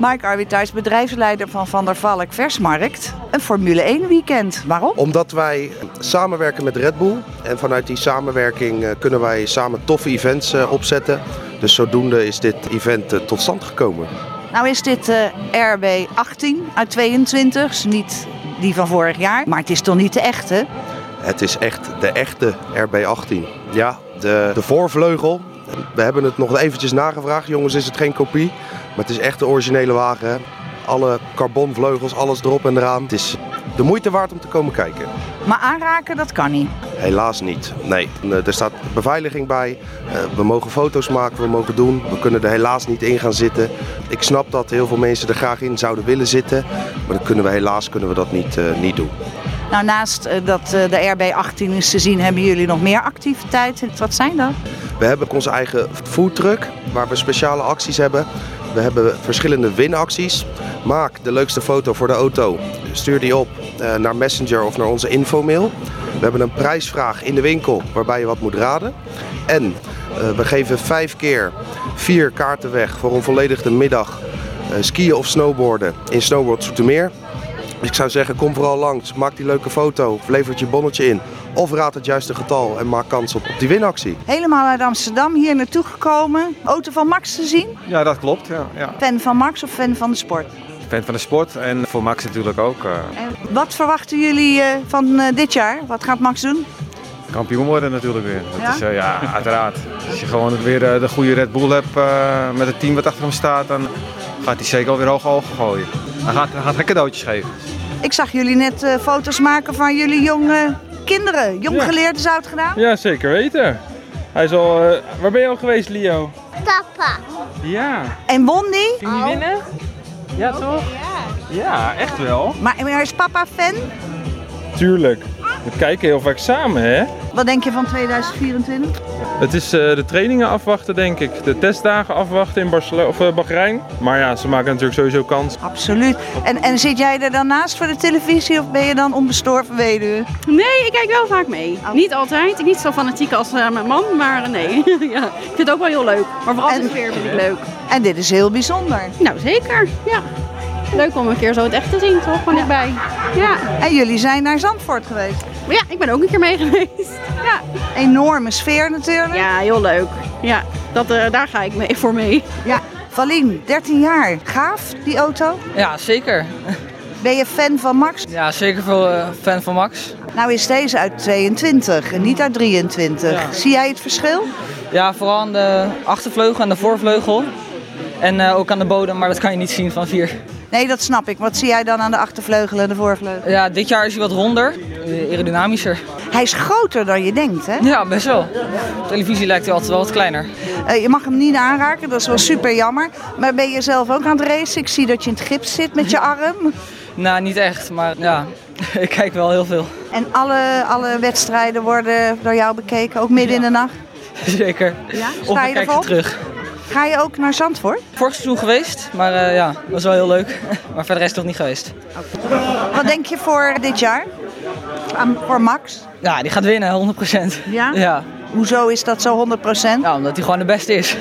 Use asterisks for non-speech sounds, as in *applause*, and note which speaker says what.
Speaker 1: Mike Arwithuis, bedrijfsleider van Van der Valk Versmarkt. Een Formule 1 weekend. Waarom?
Speaker 2: Omdat wij samenwerken met Red Bull. En vanuit die samenwerking eh, kunnen wij samen toffe events eh, opzetten. Dus zodoende is dit event eh, tot stand gekomen.
Speaker 1: Nou is dit eh, RB18 uit 22, is niet die van vorig jaar. Maar het is toch niet de echte?
Speaker 2: Het is echt de echte RB18. Ja, de, de voorvleugel. We hebben het nog eventjes nagevraagd. Jongens, is het geen kopie? Maar het is echt de originele wagen. hè. Alle carbonvleugels, alles erop en eraan. Het is de moeite waard om te komen kijken.
Speaker 1: Maar aanraken, dat kan niet.
Speaker 2: Helaas niet. Nee, Eh, er staat beveiliging bij. Eh, We mogen foto's maken, we mogen doen. We kunnen er helaas niet in gaan zitten. Ik snap dat heel veel mensen er graag in zouden willen zitten. Maar dat kunnen we helaas kunnen we dat niet, eh, niet doen.
Speaker 1: Nou, naast eh, dat eh, de RB18 is te zien, hebben jullie nog meer activiteiten. Wat zijn dat?
Speaker 2: We hebben ook onze eigen foodtruck, waar we speciale acties hebben. We hebben verschillende winacties. Maak de leukste foto voor de auto. Stuur die op eh, naar Messenger of naar onze infomail. We hebben een prijsvraag in de winkel waarbij je wat moet raden. En eh, we geven vijf keer vier kaarten weg voor een volledige middag eh, skiën of snowboarden in Snowboard Zoetermeer. Dus ik zou zeggen, kom vooral langs, maak die leuke foto, levert je bonnetje in. Of raad het juiste getal en maak kans op, op die winactie.
Speaker 1: Helemaal uit Amsterdam hier naartoe gekomen. Auto van Max te zien.
Speaker 3: Ja, dat klopt. Ja, ja.
Speaker 1: Fan van Max of fan van de sport?
Speaker 3: Fan van de sport en voor Max natuurlijk ook. eh,
Speaker 1: En wat verwachten jullie eh, van eh, dit jaar? Wat gaat Max doen?
Speaker 3: kampioen worden natuurlijk weer. Dat
Speaker 1: Ja?
Speaker 3: Is, eh, ja, uiteraard. Als je gewoon weer eh, de goede Red Bull hebt eh, met het team wat achter hem staat, dan gaat hij zeker alweer hoge ogen gooien. Hij gaat, hij gaat geen cadeautjes geven.
Speaker 1: Ik zag jullie net eh, foto's maken van jullie jonge kinderen. Jong
Speaker 4: Ja.
Speaker 1: geleerd is uitgedaan.
Speaker 4: Ja, zeker weten. Hij is al. eh, waar ben je al geweest, Leo?
Speaker 5: Papa.
Speaker 4: Ja.
Speaker 1: En won die?
Speaker 4: Ging hij winnen? Ja, toch? Ja, echt wel.
Speaker 1: Maar, maar is papa fan?
Speaker 4: Tuurlijk. We kijken heel vaak samen, hè?
Speaker 1: Wat denk je van 2024?
Speaker 4: Het is eh, de trainingen afwachten, denk ik. De testdagen afwachten in Barcelona of eh, Bahrein. Maar ja, ze maken natuurlijk sowieso kans.
Speaker 1: Absoluut. En, en zit jij er dan naast voor de televisie of ben je dan onbestorven weduwe?
Speaker 6: Nee, ik kijk wel vaak mee. Niet altijd. Ik niet zo fanatiek als eh, mijn man, maar eh, nee. *laughs* ja, ik vind het ook wel heel leuk. Maar vooral
Speaker 1: En-
Speaker 6: de sfeer vind ik leuk.
Speaker 1: En dit is heel bijzonder.
Speaker 6: Nou, zeker. Ja. Leuk om een keer zo het echt te zien, toch? Van dichtbij. Ja.
Speaker 1: En jullie zijn naar Zandvoort geweest.
Speaker 6: Maar ja, ik ben ook een keer mee *laughs* geweest. Ja,
Speaker 1: Enorme sfeer natuurlijk.
Speaker 6: ja heel leuk. Ja, dat, eh, daar ga ik mee voor mee.
Speaker 1: ja. Valien, 13 jaar. Gaaf, die auto.
Speaker 7: Ja, zeker.
Speaker 1: Ben je fan van Max?
Speaker 7: Ja, zeker veel eh, fan van Max.
Speaker 1: Nou is deze uit 22 en niet uit 23.
Speaker 7: Ja.
Speaker 1: Zie jij het verschil?
Speaker 7: Ja, vooral aan de achtervleugel en de voorvleugel. En eh, ook aan de bodem, maar dat kan je niet zien van vier.
Speaker 1: Nee, dat snap ik. Wat zie jij dan aan de achtervleugel en de voorvleugel?
Speaker 7: Ja, dit jaar is hij wat ronder, eh, aerodynamischer.
Speaker 1: Hij is groter dan je denkt, hè?
Speaker 7: Ja, best wel. Op televisie lijkt hij altijd wel wat kleiner.
Speaker 1: Eh, je mag hem niet aanraken, dat is wel super jammer. Maar ben je zelf ook aan het racen? Ik zie dat je in het gips zit met je arm.
Speaker 7: Nou, niet echt, maar ja, *laughs* ik kijk wel heel veel.
Speaker 1: En alle, alle wedstrijden worden door jou bekeken, ook midden in de nacht.
Speaker 7: Zeker.
Speaker 1: Ja?
Speaker 7: Of
Speaker 1: Sta
Speaker 7: ik
Speaker 1: je
Speaker 7: kijk ze
Speaker 1: ervoor?
Speaker 7: terug.
Speaker 1: Ga je ook naar Zandvoort?
Speaker 7: Vorig seizoen geweest, maar eh, ja, dat was wel heel leuk. *laughs* Maar verder is het nog niet geweest.
Speaker 1: Wat denk je voor dit jaar? Aan, voor Max?
Speaker 7: Ja, die gaat winnen, 100%.
Speaker 1: Ja?
Speaker 7: Ja,
Speaker 1: Hoezo is dat zo 100%?
Speaker 7: ja omdat hij gewoon de beste is.